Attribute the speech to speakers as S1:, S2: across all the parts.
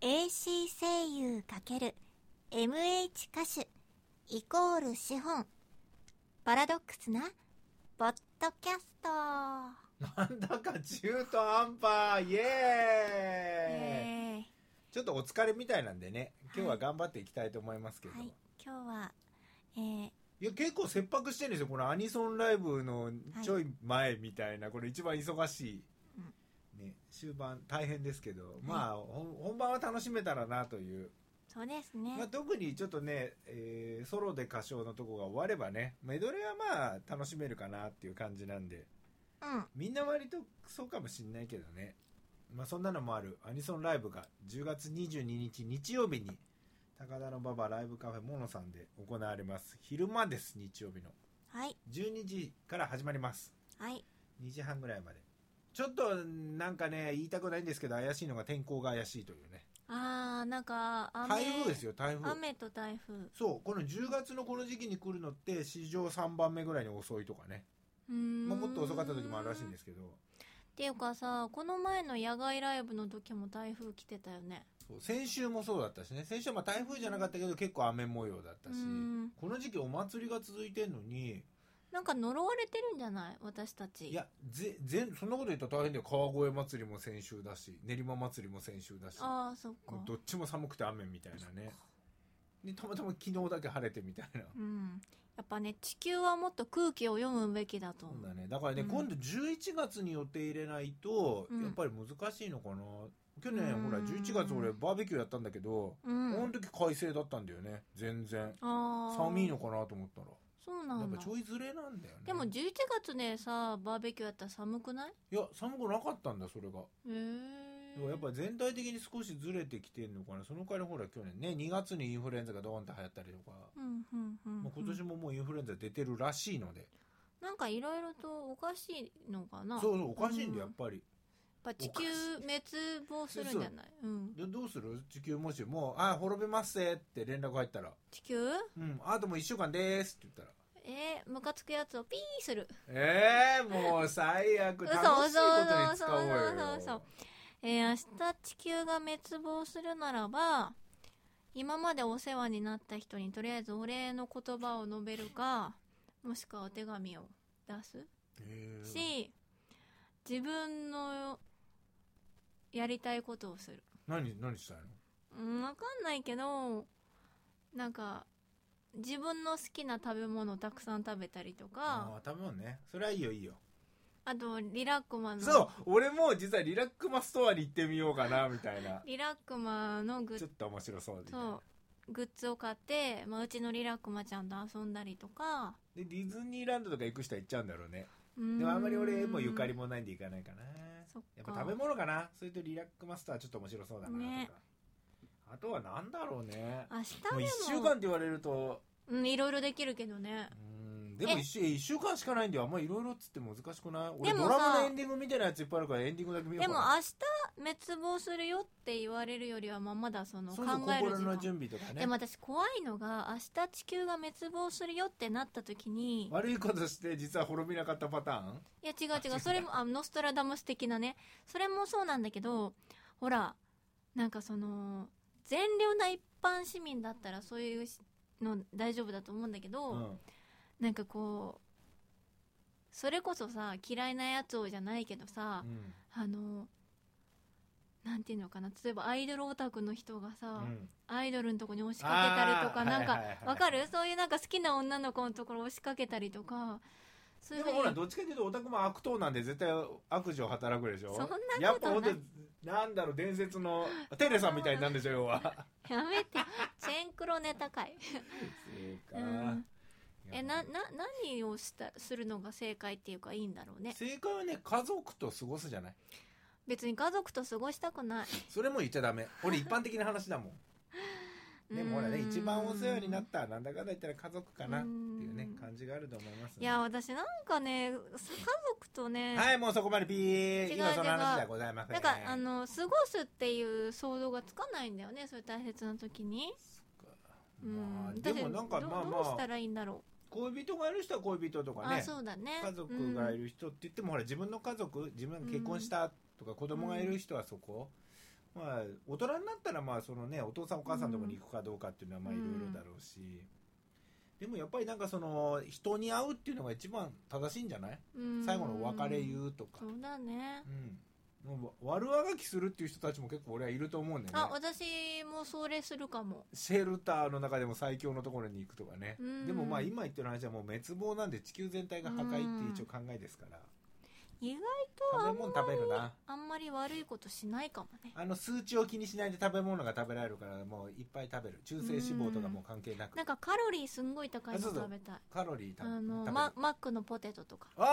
S1: AC 声優 ×MH 歌手イコール資本パラドックスなポッドキャスト
S2: なんだか中途半端イエーイ
S1: えー
S2: ちょっとお疲れみたいなんでね今日は頑張っていきたいと思いますけど、、
S1: はいい今日はえー
S2: や結構切迫してるんですよこのアニソンライブのちょい前みたいな、これ一番忙しい、ね、終盤大変ですけど、まあほん本番は楽しめたらなという、
S1: そうですね、
S2: まあ、特にちょっとね、えーソロで歌唱のとこが終わればねメドレーはまあ楽しめるかなっていう感じなんで
S1: うん
S2: みんな割とそうかもしんないけどね。まあそんなのもあるアニソンライブが10月22日日曜日に高田の馬場ライブカフェモノさんで行われます。昼間です、日曜日の。
S1: はい
S2: 12時から始まります。
S1: はい
S2: 2時半ぐらいまで。ちょっとなんかね、言いたくないんですけど怪しいのが天候が怪しいというね。
S1: あーなんか雨
S2: 台風ですよ、台風。
S1: 雨と台風
S2: そう、この10月のこの時期に来るのって史上3番目ぐらいに遅いとかね。ま
S1: ま
S2: あ、もっと遅かった時もあるらしいんですすけど。
S1: っていうかさこの前の野外ライブの時も台風来てたよね
S2: そう先週もそうだったしね先週はまあ台風じゃなかったけど結構雨模様だったし
S1: うん
S2: この時期お祭りが続いてんのに
S1: なんか呪われてるんじゃない私たち
S2: いやぜぜそんなこと言ったら大変だよ川越祭りも先週だし練馬祭りも先週だし
S1: ああそっか
S2: もうどっちも寒くて雨みたいなねでたまたま昨日だけ晴れてみたいな、
S1: うんやっぱね地球はもっと空気を読むべきだと
S2: そう
S1: 思う
S2: だねだからね、
S1: うん
S2: 今度11月に予定入れないと
S1: うん
S2: やっぱり難しいのかな、去年
S1: うん
S2: ほら11月俺バーベキューやったんだけど、
S1: う
S2: この
S1: ん
S2: 時快晴だったんだよね全然
S1: ああ
S2: 寒いのかなと思ったら
S1: そうな
S2: やっ
S1: ん
S2: ぱ
S1: だ
S2: ちょいずれなんだよね
S1: でも11月でさバーベキューやったら寒くない
S2: いや寒くなかったんだそれが、
S1: へえ
S2: でもやっぱ全体的に少しずれてきてんのかなその代わりほら去年ね2月にインフルエンザがドーンと流行ったりとか、
S1: うんうんうん、
S2: まあ、今年ももうインフルエンザ出てるらしいので、
S1: なんかいろいろとおかしいのかな
S2: そうそうおかしいんだよ
S1: う
S2: やっぱり、
S1: やっぱ地球滅亡するんじゃない、うん、
S2: でどうする地球もしもう「あ滅びますぜ」って連絡入ったら
S1: 地球
S2: 「うんあともう1週間です」って言ったら
S1: えー、ムカつくやつをピーする
S2: えー、もう最悪楽しいことに使おうよ
S1: 嘘嘘嘘嘘嘘嘘えー、明日地球が滅亡するならば今までお世話になった人にとりあえずお礼の言葉を述べるかもしくはお手紙を出す
S2: えー
S1: し自分のやりたいことをする
S2: 何何したいの
S1: うんわかんないけどなんか自分の好きな食べ物をたくさん食べたりと
S2: あ
S1: か
S2: あー多分ねそれはいいよいいよ
S1: あとリラックマの
S2: そう俺も実はリラックマストアに行ってみようかなみたいな
S1: リラックマのグッ
S2: ちょ
S1: ズ
S2: っと面白そうで
S1: そうグッズを買って、まあ、うちのリラックマちゃんと遊んだりとか
S2: でディズニーランドとか行く人は行っちゃうんだろうね
S1: うーん
S2: でもあんまり俺もゆかりもないんで行かないかな
S1: そっか
S2: やっぱ食べ物かなそれとリラックマストはちょっと面白そうだなとか、
S1: ね
S2: あとはなんだろうね
S1: 明日
S2: もう1週
S1: でも
S2: 間って言われると
S1: うんいろいろできるけどね
S2: うんでも
S1: え
S2: 1, 週1週間しかないんだよあんまいろいろっつって難しくない
S1: で
S2: 俺
S1: も
S2: ド
S1: さ
S2: ラマのエンディングみたいなやついっぱいあるからエンディングだけ見よ
S1: で
S2: うか
S1: も
S2: な
S1: 明日滅亡するよって言われるよりは、まあ、まだその考
S2: そうそう
S1: える
S2: 心
S1: 時
S2: の
S1: 間
S2: 準備とかね
S1: でも私怖いのが明日地球が滅亡するよってなった時に
S2: 悪いことして実は滅びなかったパターン
S1: いや違う違うそれもあノストラダムス的なねそれもそうなんだけどほらなんかその善良な一般市民だったらそういうしの大丈夫だと思うんだけど、
S2: うん
S1: なんかこうそれこそさ嫌いなやつをじゃないけどさ
S2: う、ん
S1: あのなんていうのかな例えばアイドルオタクの人がさ、
S2: うん
S1: アイドルのとこに押しかけたりと
S2: あ
S1: か
S2: ー
S1: なん
S2: は
S1: か
S2: いはいはい
S1: わかるそういうなんか好きな女の子のところ押しかけたりとかそうい
S2: で
S1: うふう
S2: も
S1: に
S2: ほらどっちかというとオタクも悪党なんで絶対悪事を働くでしょ
S1: そんなことない
S2: やっぱほんでなんだろう伝 説のテレサみたいになるんでしょ要は
S1: やめてチェンクロネ高い
S2: そう
S1: うん
S2: いや
S1: えなな何をしたするのが正解っていうかいいんだろうね
S2: 正解はね家族と過ごすじゃない
S1: 別に家族と過ごしたくない
S2: それも言っちゃダメ俺一般的な話だもんでもほらね
S1: うん
S2: 一番お世話になったなんだかんだ言ったら家族かなっていうね
S1: うん
S2: 感じがあると思いますね
S1: いや私なんかね家族とね、
S2: はいもうそこまでピー
S1: 違う
S2: 今その話
S1: 違
S2: ではございません
S1: なんかあの過ごすっていう想像がつかないんだよねそういう大切な時に、
S2: まあ
S1: うん
S2: でもなんか
S1: ど
S2: まあ
S1: どうし
S2: ま
S1: た
S2: あ
S1: らいいんだろ
S2: 恋人がいる人は恋人と
S1: う、
S2: かね
S1: あそうだね
S2: 家族がい
S1: る、
S2: る人って言っても、ほら自分の家族自分が結婚したとか子供がいる人はそこ、まあ、大人になったらまあその、ね、お父さんお母さんのところに行くかどうかっていうのはまあい
S1: うん
S2: ろいろだろうし、でもやっぱりなんかその人に会うっていうのが一番正しいんじゃない
S1: うん
S2: 最後のお別れ言うとか
S1: そ、うだね
S2: うん、もう悪あがきするっていう人たちも結構俺はいると思うんだ
S1: あ
S2: よね
S1: 私もそれするかも
S2: シェルターの中でも最強のところに行くとかね
S1: うん
S2: でもまあ今言ってる話はもう滅亡なんで地球全体が破壊って一応考えですから
S1: 意外
S2: 食べ物食べるな
S1: あんまり悪いことしないかもね
S2: あの数値を気にしないで食べ物が食べられるからもういっぱい食べる中性脂肪とかもう関係なく
S1: なんかカロリーすんごい高いの
S2: あそうそう
S1: 食べたい
S2: カロリーた
S1: あの
S2: 食べる、
S1: ママックのポテトとか
S2: おい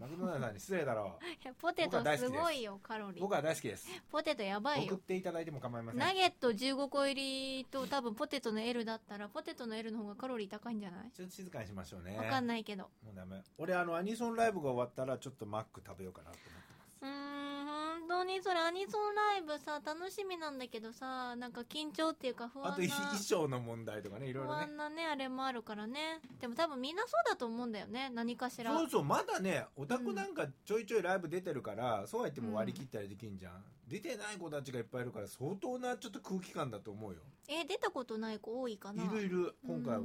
S2: マクドナルドさんに失礼だろ
S1: いやポテトすごいよカロ
S2: う
S1: リー
S2: 僕は大好きです
S1: ポテトやばい
S2: 送っ
S1: よ
S2: ていただいても構いません
S1: ナゲット15個入りと多分ポテトの L だったらポテトの L の方がカロリー高いんじゃない
S2: ちょっと静かにしましょうね
S1: わかんないけど
S2: もうダメ俺あのアニソンライブが終わったらちょっとマック食べようかなと思ってます
S1: うーん本当にそれアニソンライブさ楽しみなんだけどさなんか緊張っていうか不安
S2: あとい
S1: な
S2: 衣装の問題とかねいろい
S1: 不
S2: ろね
S1: 安なねあれもあるからねでも多分みんなそうだと思うんだよね何かしら
S2: そうそうまだねオタクなんかちょいちょいライブ出てるから、そうは言っても割り切ったりできんじゃん、出てない子たちがいっぱいいるから相当なちょっと空気感だと思うよ
S1: え出たことない子多いかない
S2: るいる今回は、
S1: うん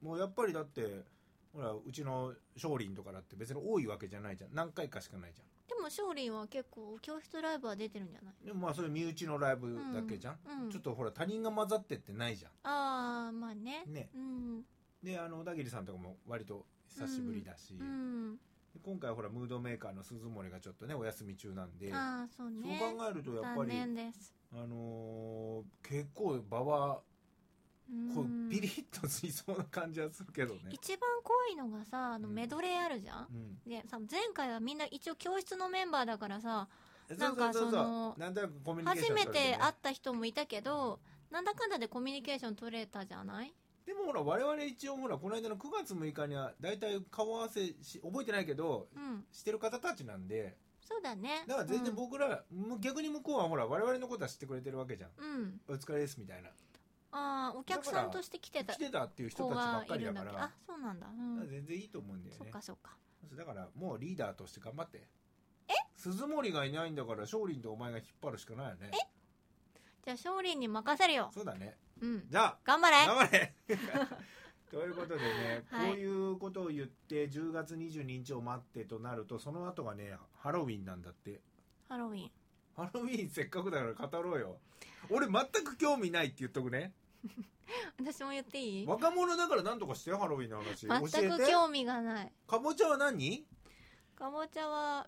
S2: もうやっぱりだってほらうちの少林とかだって別に多いわけじゃないじゃん何回かしかないじゃん
S1: でも勝利は結構教室ライブは出てるんじゃない
S2: でもまあそれ身内のライブだけじゃん、
S1: うんうん
S2: ちょっとほら他人が混ざってってないじゃ
S1: ああまあね
S2: んね
S1: うん
S2: であの小田切さんとかも割と久しぶりだし、
S1: うん
S2: で今回ほらムードメーカーの鈴森がちょっとねお休み中なんで、
S1: ああそうね
S2: そう考えるとやっぱ
S1: 残
S2: り、
S1: 念です
S2: あのー結構場は
S1: うん
S2: こうピリッとしそうな感じはするけどね、
S1: 一番怖いのがさあの
S2: うん
S1: メドレーあるじゃん、
S2: うん、
S1: でさ前回はみんな一応教室のメンバーだからさ
S2: そうそうそう
S1: なんかその
S2: なんとなくコミュニケーシ
S1: 初
S2: ョン
S1: め
S2: 取れる
S1: て
S2: ね
S1: 会った人もいたけどなんだかんだでコミュニケーション取れたじゃない
S2: でもほら我々一応ほらこの間の9月6日には大体顔合わせし覚えてないけど
S1: うん
S2: してる方たちなんで
S1: そうだね
S2: だから全然僕ら、む逆に向こうはほら我々のことは知ってくれてるわけじゃん
S1: うん、うん
S2: お疲れですみたいな
S1: ああお客さんとして来てた
S2: 来てたっていう人
S1: 子
S2: たちば
S1: が
S2: っか
S1: い
S2: り
S1: る
S2: だ
S1: んだ
S2: か
S1: っ
S2: ら
S1: けあそうなんだうん
S2: だから全然いいと思うんだよ
S1: そっ
S2: ね
S1: かそっか
S2: だからもうリーダーとして頑張ってえ鈴森がいないんだから勝林とお前が引っ張るしかないよね
S1: じゃあ勝利に任せるよ
S2: そうだね
S1: うん
S2: じゃあ
S1: 頑張れ
S2: 頑張れ ということでね、
S1: はい
S2: こういうことを言って10月22日を待ってとなるとその後がねハロウィンなんだって
S1: ハロウィン
S2: ハロウィンせっかくだから語ろうよ俺全く興味ないって言っとくね
S1: 私も言っていい
S2: 若者だから何とかしてよハロウィンの話教え
S1: 全く
S2: て
S1: 興味がない
S2: かぼちゃは何
S1: かぼちゃは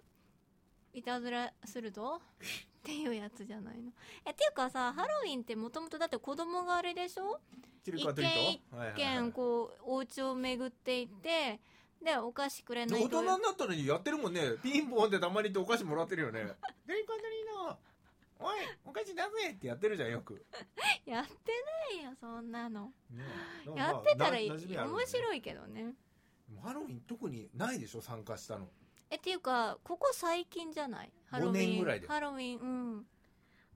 S1: いたずらする ぞっていうやつじゃないのえっていうかさハロウィンってもともとだって子供があれでしょ
S2: チルカトリート
S1: 一
S2: はい
S1: 一
S2: はいはい
S1: 見こうお家を巡っていってでお菓子くれ
S2: で
S1: ない
S2: 大人になったのにやってるもんねピンポンってたまに行ってお菓子もらって るよね「ドリコンドリーのおいお菓子だぜ!」ってやってるじゃんよく、
S1: やってないよそんなの
S2: ね え
S1: やってたらいい
S2: な馴染みあるよね
S1: 面白いけどね
S2: ハロウィン特にないでしょ参加したの
S1: えっていうかここ最近じゃないハロウィン
S2: 五年ぐらいだよ
S1: ハロウィンうん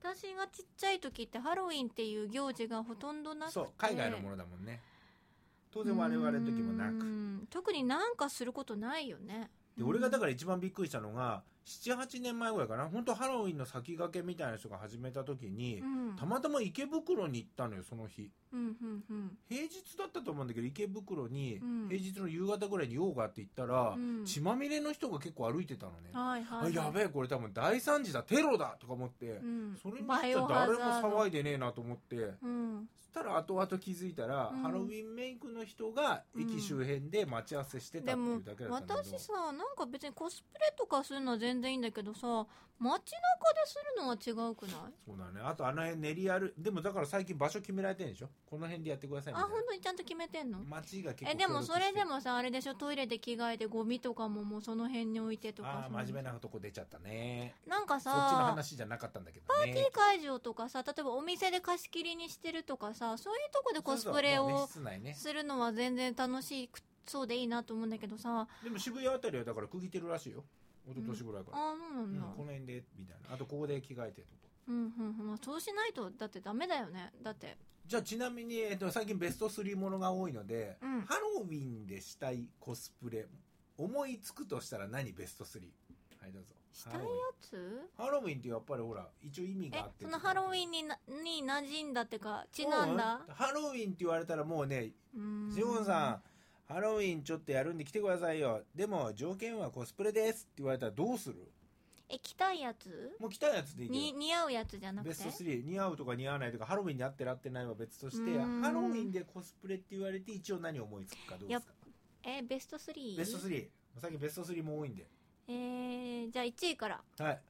S1: 私がちっちゃい時ってハロウィンっていう行事がほとんどなくて
S2: そう海外のものだもんね当然我々の時もな
S1: う
S2: く
S1: ん特になんかすることないよね
S2: で俺がだ
S1: か
S2: から一番びっくりしたのが78年前ぐらいかな本当ハロウィンの先駆けみたいな人が始めた時に
S1: らうん
S2: たまたま池袋に行ったのよその日
S1: うんうんうん
S2: 平日だったと思うんだけど池袋に
S1: うん
S2: 平日の夕方ぐらいに用があって行ったら
S1: うん
S2: 血まみれの人が結構歩いてたのね
S1: はいはい
S2: あ
S1: はい
S2: やべえこれ多分大惨事だテロだとか思って
S1: うん
S2: それに
S1: バ
S2: し
S1: イ
S2: ちゃ
S1: オハ
S2: 誰
S1: ザ
S2: も
S1: ード
S2: 騒いでねえなと思って
S1: うん
S2: そしたら後々気づいたら、
S1: うん
S2: ハロウィンメイクの人が駅周辺で待ち合わせしてた
S1: で
S2: ってい
S1: も
S2: うだけだったんだけど、
S1: 私さなんか別にコスプレとかするのは全然いいんだけどさ街中でするのは違うくない
S2: そうだねあとあの辺練り歩でもだから最近場所決められてるんでしょこの辺でやってくださいみ
S1: あ
S2: たいな
S1: 本当にちゃんと決めてんの
S2: 街が結構
S1: えでもそれで
S2: も
S1: もさあれでしょトイレで着替えてゴミとかももうその辺に置いてとか
S2: ああ
S1: さ
S2: 真面目なとこ出ちゃったね
S1: なんか
S2: そっちの
S1: さ
S2: 話じゃなかったんだけどね
S1: パーティー会場とかさ例えばお店で貸し切りにしてるとかさそういうとこでコスプレ
S2: そうそうもうね
S1: を
S2: 室内ね
S1: するのは全然楽しくそうでいいなと思うんだけどさ
S2: でも渋谷あたりはだから区切ってるらしいよ一昨年ぐらい
S1: あ
S2: から、
S1: あそうな
S2: うん
S1: んだ
S2: この辺でみたいなあとここで着替えてとか
S1: うんうんうんまあそうしないとだってダメだよねだって
S2: じゃあちなみに、えっと、最近ベスト3ものが多いので、
S1: うん
S2: ハロウィンでしたいコスプレ思いつくとしたら何ベスト 3? ははいどうぞ
S1: したいや
S2: ハロウィン
S1: つ
S2: ハロウィンってやっぱりほら一応意味が
S1: え
S2: あって
S1: そのハロウィ
S2: ン
S1: ンになに馴染んだってかちなんだ
S2: ハロウィンって言われたらもうねジモンさんハロウィンちょっとやるんで来てくださいよでも条件はコスプレですって言われたらどうする
S1: んえ着たいやつ
S2: もう来たやつでいいけ
S1: に似合うやつじゃな
S2: ど
S1: くて
S2: ベスト3似合うとか似合わないとかハロウィンに合ってる合ってないは別として
S1: うん
S2: ハロウィンでコスプレって言われて一応何思いつくかどうですか
S1: えベスト 3?
S2: ベスト3最近ベスト3も多いんで
S1: えー、じゃあ1位から
S2: はい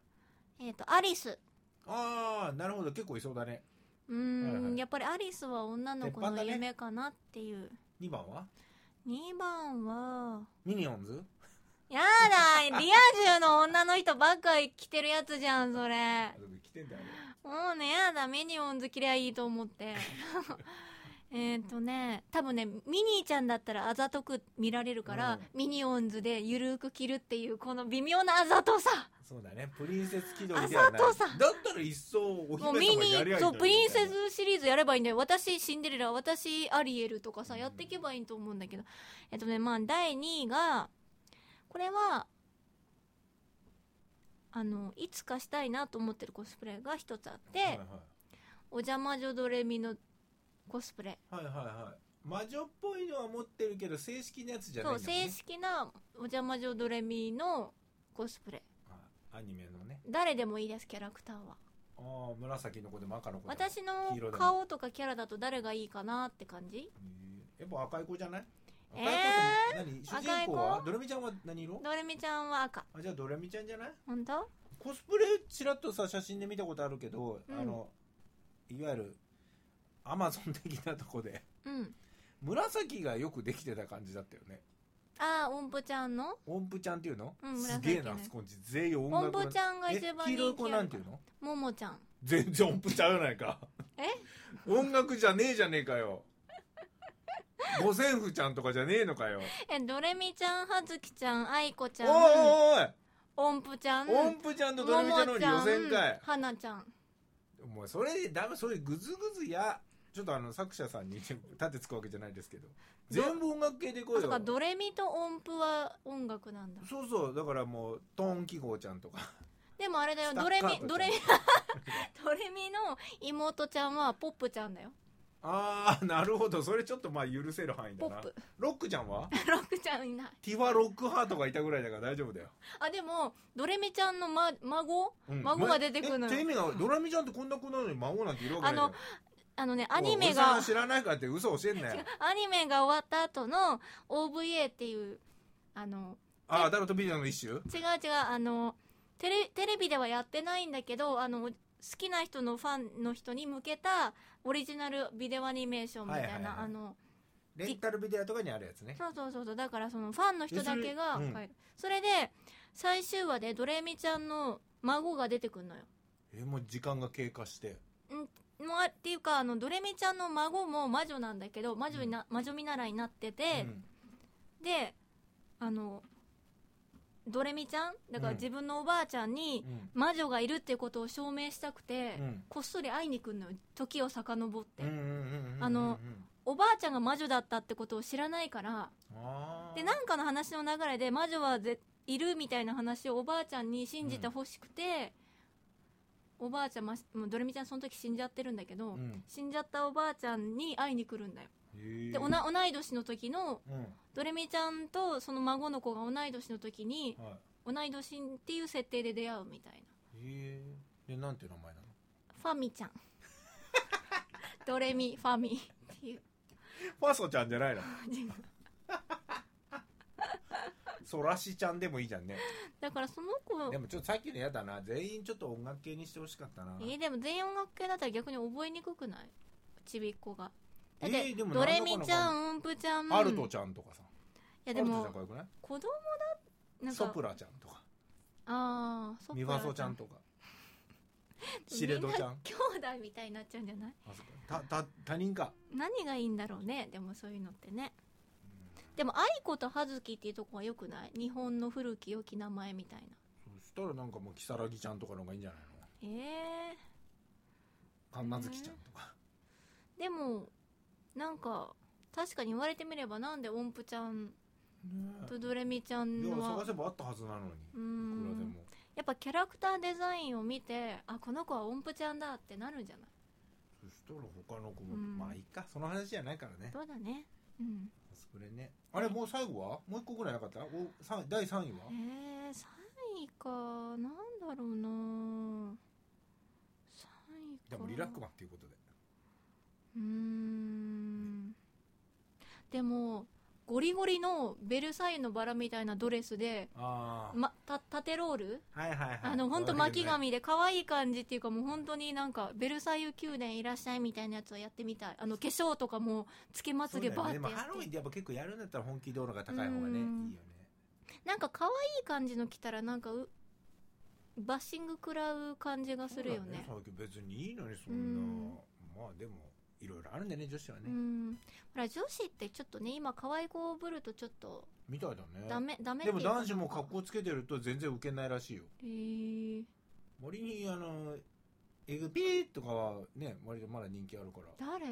S1: えっ、とアリス
S2: ああなるほど結構いそうだね
S1: うーん、
S2: はいはい
S1: やっぱりアリスは女の子
S2: 鉄板だ
S1: の
S2: ね
S1: 夢かなっていう、
S2: 2番は
S1: 2番は
S2: ミニオンズ
S1: や だリア充の女の人ばっかり着てるやつじゃんそれ
S2: あでも来てんだよね
S1: もうねやだミニオンズ着りゃいいと思って えっとね多分ねミニーちゃんだったらあざとく見られるから、
S2: うん
S1: ミニオンズでゆるく着るっていうこの微妙なあざとさ
S2: そうだねプリンセス気取りではない
S1: あ佐
S2: だっ
S1: 藤さん
S2: たら一層お
S1: も
S2: 姫
S1: うミ
S2: 様やり
S1: ニ
S2: ゃいいのに
S1: そうプリンセスシリーズやればいいんだよ私シンデレラ私アリエルとかさやっていけばいいと思うんだけど、えっとねまあ第2位がこれはあのいつかしたいなと思ってるコスプレが一つあって、
S2: はい
S1: お邪魔女ドレミのコスプレ
S2: はいはいはいはい魔女っぽいのは持ってるけど正式なやつじゃな
S1: そ
S2: いん
S1: う
S2: だもんね
S1: 正式なお邪魔女ドレミのコスプレ
S2: あアニメのね
S1: 誰でもいいですキャラクターは
S2: ああ紫の子でも赤の子でも
S1: 私の
S2: 黄色でも
S1: 顔とかキャラだと誰がいいかなって感じ
S2: えーやっぱ赤い子じゃない
S1: えー
S2: 赤い子って何主人公
S1: 赤い
S2: は
S1: 子
S2: ドレミちゃんは何色
S1: ドレミちゃんは赤
S2: あじゃあドレミちゃんじゃない
S1: 本当
S2: コスプレちらっとさ写真で見たことあるけど、
S1: うん
S2: あのいわゆるアマゾン的なとこで
S1: うん
S2: 紫がよくできてた感じだったよね
S1: ああ音符ちゃんの
S2: 音符ちゃんっていうの、
S1: うん
S2: すげえな
S1: 紫ね
S2: あそこんち全員音楽
S1: 音符ちゃんが一
S2: え
S1: 番
S2: 黄
S1: 人気
S2: 色い子なんて
S1: あ
S2: い
S1: る
S2: うの
S1: ももちゃん
S2: 全然音符ちゃうやないか
S1: え
S2: 音楽じゃねえじゃねえかよ五線譜ちゃんとかじゃねえのかよ
S1: えドレミちゃんはずきちゃんあいこち
S2: お
S1: ゃ
S2: い
S1: ん
S2: おい
S1: 音符ちゃん
S2: おい音符ちゃんとドレミちゃんの
S1: もも
S2: 予選会
S1: はなちゃん
S2: もうそれだめそれグズグズやちょっとあの作者さんに立てつくわけじゃないですけど全部音楽系でいこ
S1: あ
S2: う
S1: そっ
S2: よ
S1: かドレミと音符は音楽なんだ
S2: そうそうだからもうトーン記号ちゃんとか
S1: でもあれだよ
S2: スタッ
S1: ドレ
S2: カートちゃ
S1: ミ
S2: ん
S1: ドレミドレミの妹ちゃんはポップちゃんだよ
S2: ああなるほどそれちょっとまあ許せる範囲
S1: ポ
S2: だ
S1: ッ
S2: な
S1: プ
S2: ロックちゃんは
S1: ロックちゃんいない
S2: ティファ・ロックハートがいたぐらいだから大丈夫だよ、
S1: あでもドレミちゃんの、ま、孫
S2: うん
S1: 孫が出てくるのよ
S2: えって意味がドラミちゃんってこんな子なのに孫なんているわけない
S1: あのあのねアニメが
S2: おじさん知らないからって嘘教えんなよ
S1: アニメが終わった後の OVA っていうあの
S2: あアダルトビデオの一種
S1: 違う違うあのテレテレビではやってないんだけどあの好きな人のファンの人に向けたオリジナルビデオアニメーションみたいな、
S2: はいはいはい
S1: あの
S2: レンタルビデオとかにあるやつね
S1: そうそうそうそうだからそのファンの人だけが
S2: えそれうん
S1: はいそれで最終話でドレミちゃんの孫が出てくるのよ
S2: えもう時間が経過して
S1: もうあっていうかあのドレミちゃんの孫も魔女なんだけど魔女にな、魔女見習いになってて、
S2: うん
S1: であのドレミちゃんだから
S2: うん
S1: 自分のおばあちゃんに
S2: うん
S1: 魔女がいるってことを証明したくて、
S2: うん
S1: こっそり会いに来るのよ時を遡って、
S2: うんうんうんうん
S1: あのおばあちゃんが魔女だったってことを知らないから
S2: あー
S1: でなんかの話の流れで魔女はぜいるみたいな話をおばあちゃんに信じてほしくて、おばあちゃんまもうドレミちゃんその時死んじゃってるんだけど、
S2: うん
S1: 死んじゃったおばあちゃんに会いに来るんだよ
S2: へー
S1: でおな同い年の時の
S2: うん
S1: ドレミちゃんとその孫の子が同い年の時に
S2: は
S1: 同い年っていう設定で出会うみたいない
S2: へえでなんていう名前なの
S1: ファミちゃん ドレミファミっていう
S2: ファソちゃんじゃないの
S1: 違う
S2: ソラシちゃんでもいいじゃんね
S1: だからその子
S2: でもちょっとさっきのやだな全員ちょっと音楽系にしてほしかったな
S1: えーでも全員音楽系だったら逆に覚えにくくないちびっ子がだっ
S2: え
S1: て
S2: ーでも
S1: ドレミちゃ
S2: なん
S1: 音符ちゃん
S2: アルトちゃんとかさ
S1: いやで
S2: アル
S1: も
S2: トちゃん可愛くない
S1: 子供だなんか
S2: ソプラちゃんとか
S1: ああ
S2: ミワソちゃ んとかシレドちゃん
S1: 兄弟みたいになっちゃうんじゃない
S2: あそっかたた他人か
S1: 何がいいんだろうねでもそういうのってねでも愛子と葉月っていうとこはよくない日本の古き良き名前みたいな
S2: そしたらなんかもう如月ちゃんとかの方がいいんじゃないの
S1: え
S2: 神奈月ちゃんとか、
S1: ー、でもなんか確かに言われてみればなんで音符ちゃん
S2: ね
S1: とドレミちゃん
S2: えいや
S1: のは
S2: 探せばあったはずなのに
S1: うー
S2: いくらで
S1: ん
S2: も
S1: やっぱキャラクターデザインを見てあこの子は音符ちゃんだってなるんじゃない
S2: そしたら他の子も、
S1: うん
S2: まあいいかその話じゃないからね
S1: そうだねうん
S2: コスプレねあれもう最後はもう一個ぐらいなかったお三第3位は
S1: えー、3位かなんだろうな3位か
S2: でもリラックマンっていうことで
S1: うーんでもゴリゴリのベルサイユのバラみたいなドレスで、
S2: ああ、
S1: ま、た縦ロール
S2: はいはいはい
S1: あの本当巻き紙で可愛い感じっていうかもう本当になんかベルサイユ宮殿いらっしゃいみたいなやつはやってみたいあの化粧とかもつけまつ
S2: そう
S1: げ
S2: だよ
S1: バーっ
S2: ね
S1: て
S2: で
S1: やっ
S2: も
S1: て
S2: ハロウィンでやっぱ結構やるんだったら本気度のが高い方がねいいよ
S1: うん
S2: ね
S1: なんか可愛い感じの着たらなんかうバッシング食らう感じがするよね
S2: そうだ最近別にいいのにそ
S1: うん
S2: んなまあでもいろいろあるんだね女子はね
S1: うんほら女子ってちょっとね今可愛い子をぶるとちょっと
S2: みたいだね
S1: ダメダメってい
S2: で
S1: う
S2: も
S1: か
S2: 男子も格好つけてると全然ウケないらしいよ
S1: へー
S2: 森にあのエグピーとかはね割とまだ人気あるから
S1: 誰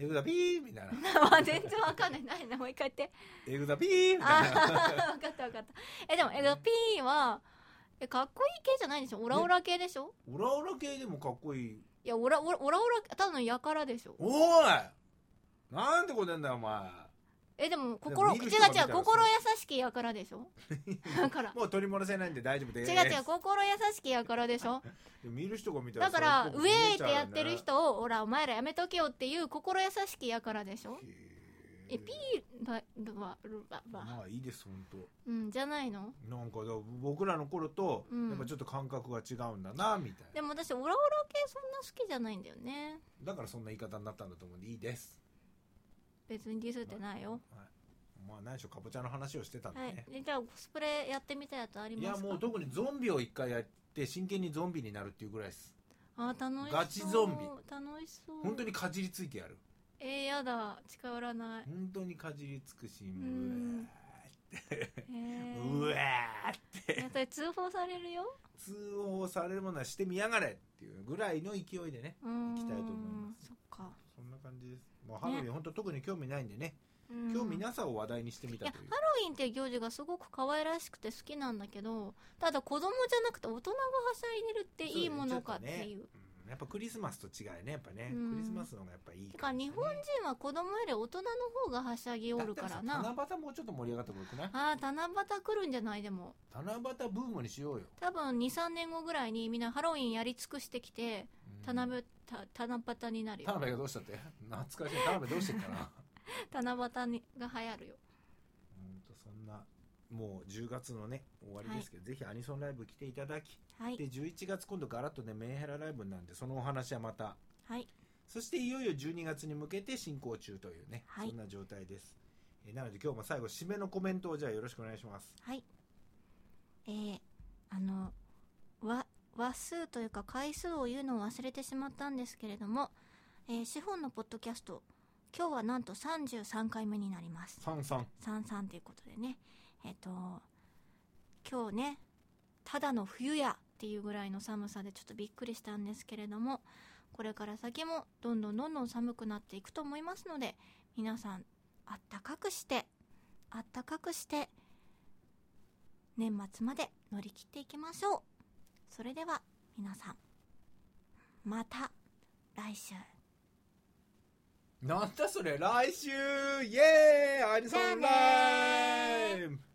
S2: エグザピーみたい な
S1: あ全然わかんないないなもう一回言 って
S2: エグザピーみたいな
S1: あ分かった分かったえでもえピーはえかっこいい系じゃないでしょオラオラ系でしょ
S2: オラオラ系でもかっこいい
S1: いやオラオラオラオラただのやからでしょ
S2: おいなんてことやんだよお前
S1: えでも心
S2: でも
S1: 違う
S2: 見
S1: 違
S2: る人が見たら
S1: う心優しきやからでしょだ から
S2: もう取り戻せないんで大丈夫で
S1: 違う
S2: す
S1: 違う心優しきやからでし ょ
S2: でも見る人が見たら
S1: だから
S2: そ
S1: ウ
S2: ういう
S1: ェーって
S2: こと見えちゃうよ
S1: や
S2: ね
S1: ってる人をほらお前らやめとけよっていう心優しきやからでしょ
S2: へー
S1: えピーバルバルババ
S2: まあいいです本当
S1: うんじゃないの
S2: なんかだから僕らの頃と
S1: うん
S2: やっぱちょっと感覚が違うんだなみたいな
S1: でも私オラオラ系そんな好きじゃないんだよね
S2: だからそんな言い方になったんだと思うんでいいです
S1: 別にディスってないよ
S2: はい、まあ何しろかぼちゃの話をしてたんで
S1: は
S2: ね、
S1: いでじゃあコスプレやってみたやつあり
S2: い
S1: ま
S2: や
S1: すか
S2: もう特にゾンビを一回やって真剣にゾンビになるっていうぐらいです
S1: あー楽しそう
S2: ガチゾンビ
S1: 楽しそう
S2: 本当にかじりついてやる
S1: えー、やだ近寄らない
S2: 本当にかじりつくし
S1: んえ
S2: うわーうわー
S1: ーやっぱり通報されるよ
S2: 通報されるものはしてみやがれっていうぐらいの勢いでね
S1: 行
S2: きたいと思います
S1: そっか、
S2: そんな感じですもうハロウィン本当特に興味ないんでね、
S1: うん
S2: 興味なさを話題にしてみたという
S1: いやハロウィンっていう行事がすごく可愛らしくて好きなんだけどただ子供じゃなくて大人がはしゃいでるっていいものかって
S2: そ
S1: いう
S2: ねち
S1: う
S2: ょっとねうんやっぱクリスマスと違いねやっぱね、
S1: うん
S2: クリスマスの方がやっぱいい
S1: てか日本人は子供より大人の方がはしゃぎお
S2: お
S1: る
S2: るか
S1: から
S2: ら
S1: な
S2: な七夕もうちょっと盛り上がってもよくない
S1: ああ七夕来るんじゃないでも
S2: 七夕ブームにしようよ、
S1: 多分23年後ぐらいにみんなハロウィンやり尽くしてきて
S2: うん
S1: 七夕た七夕になる
S2: 田
S1: よ
S2: 辺がどうしたって懐かしい田辺どうしてっかなほ
S1: 七夕にが流行るよ
S2: んとそんなもう10月のね終わりですけど、ぜひアニソンライブ来ていただき
S1: はい
S2: で11月今度ガラッとねメンヘラライブなんでそのお話はまた
S1: はい
S2: そしていよいよ12月に向けて進行中というね、
S1: はい
S2: そんな状態ですえーなので今日も最後締めのコメントをじゃあよろしくお願いします
S1: はい。えーあの、わ、話数というか回数を言うのを忘れてしまったんですけれども、えー資本のポッドキャスト、今日はなんと33回目になります。
S2: さんさん
S1: 33ということでね。えっ、と、今日ね、ただの冬やっていうぐらいの寒さでちょっとびっくりしたんですけれども、これから先もどんどんどんどん寒くなっていくと思いますので、皆さん、あったかくして、あったかくして、年末まで乗り切っていきましょう。それでは、皆さん、また来週。
S2: なんだそれ来週イエーイアニソンライブ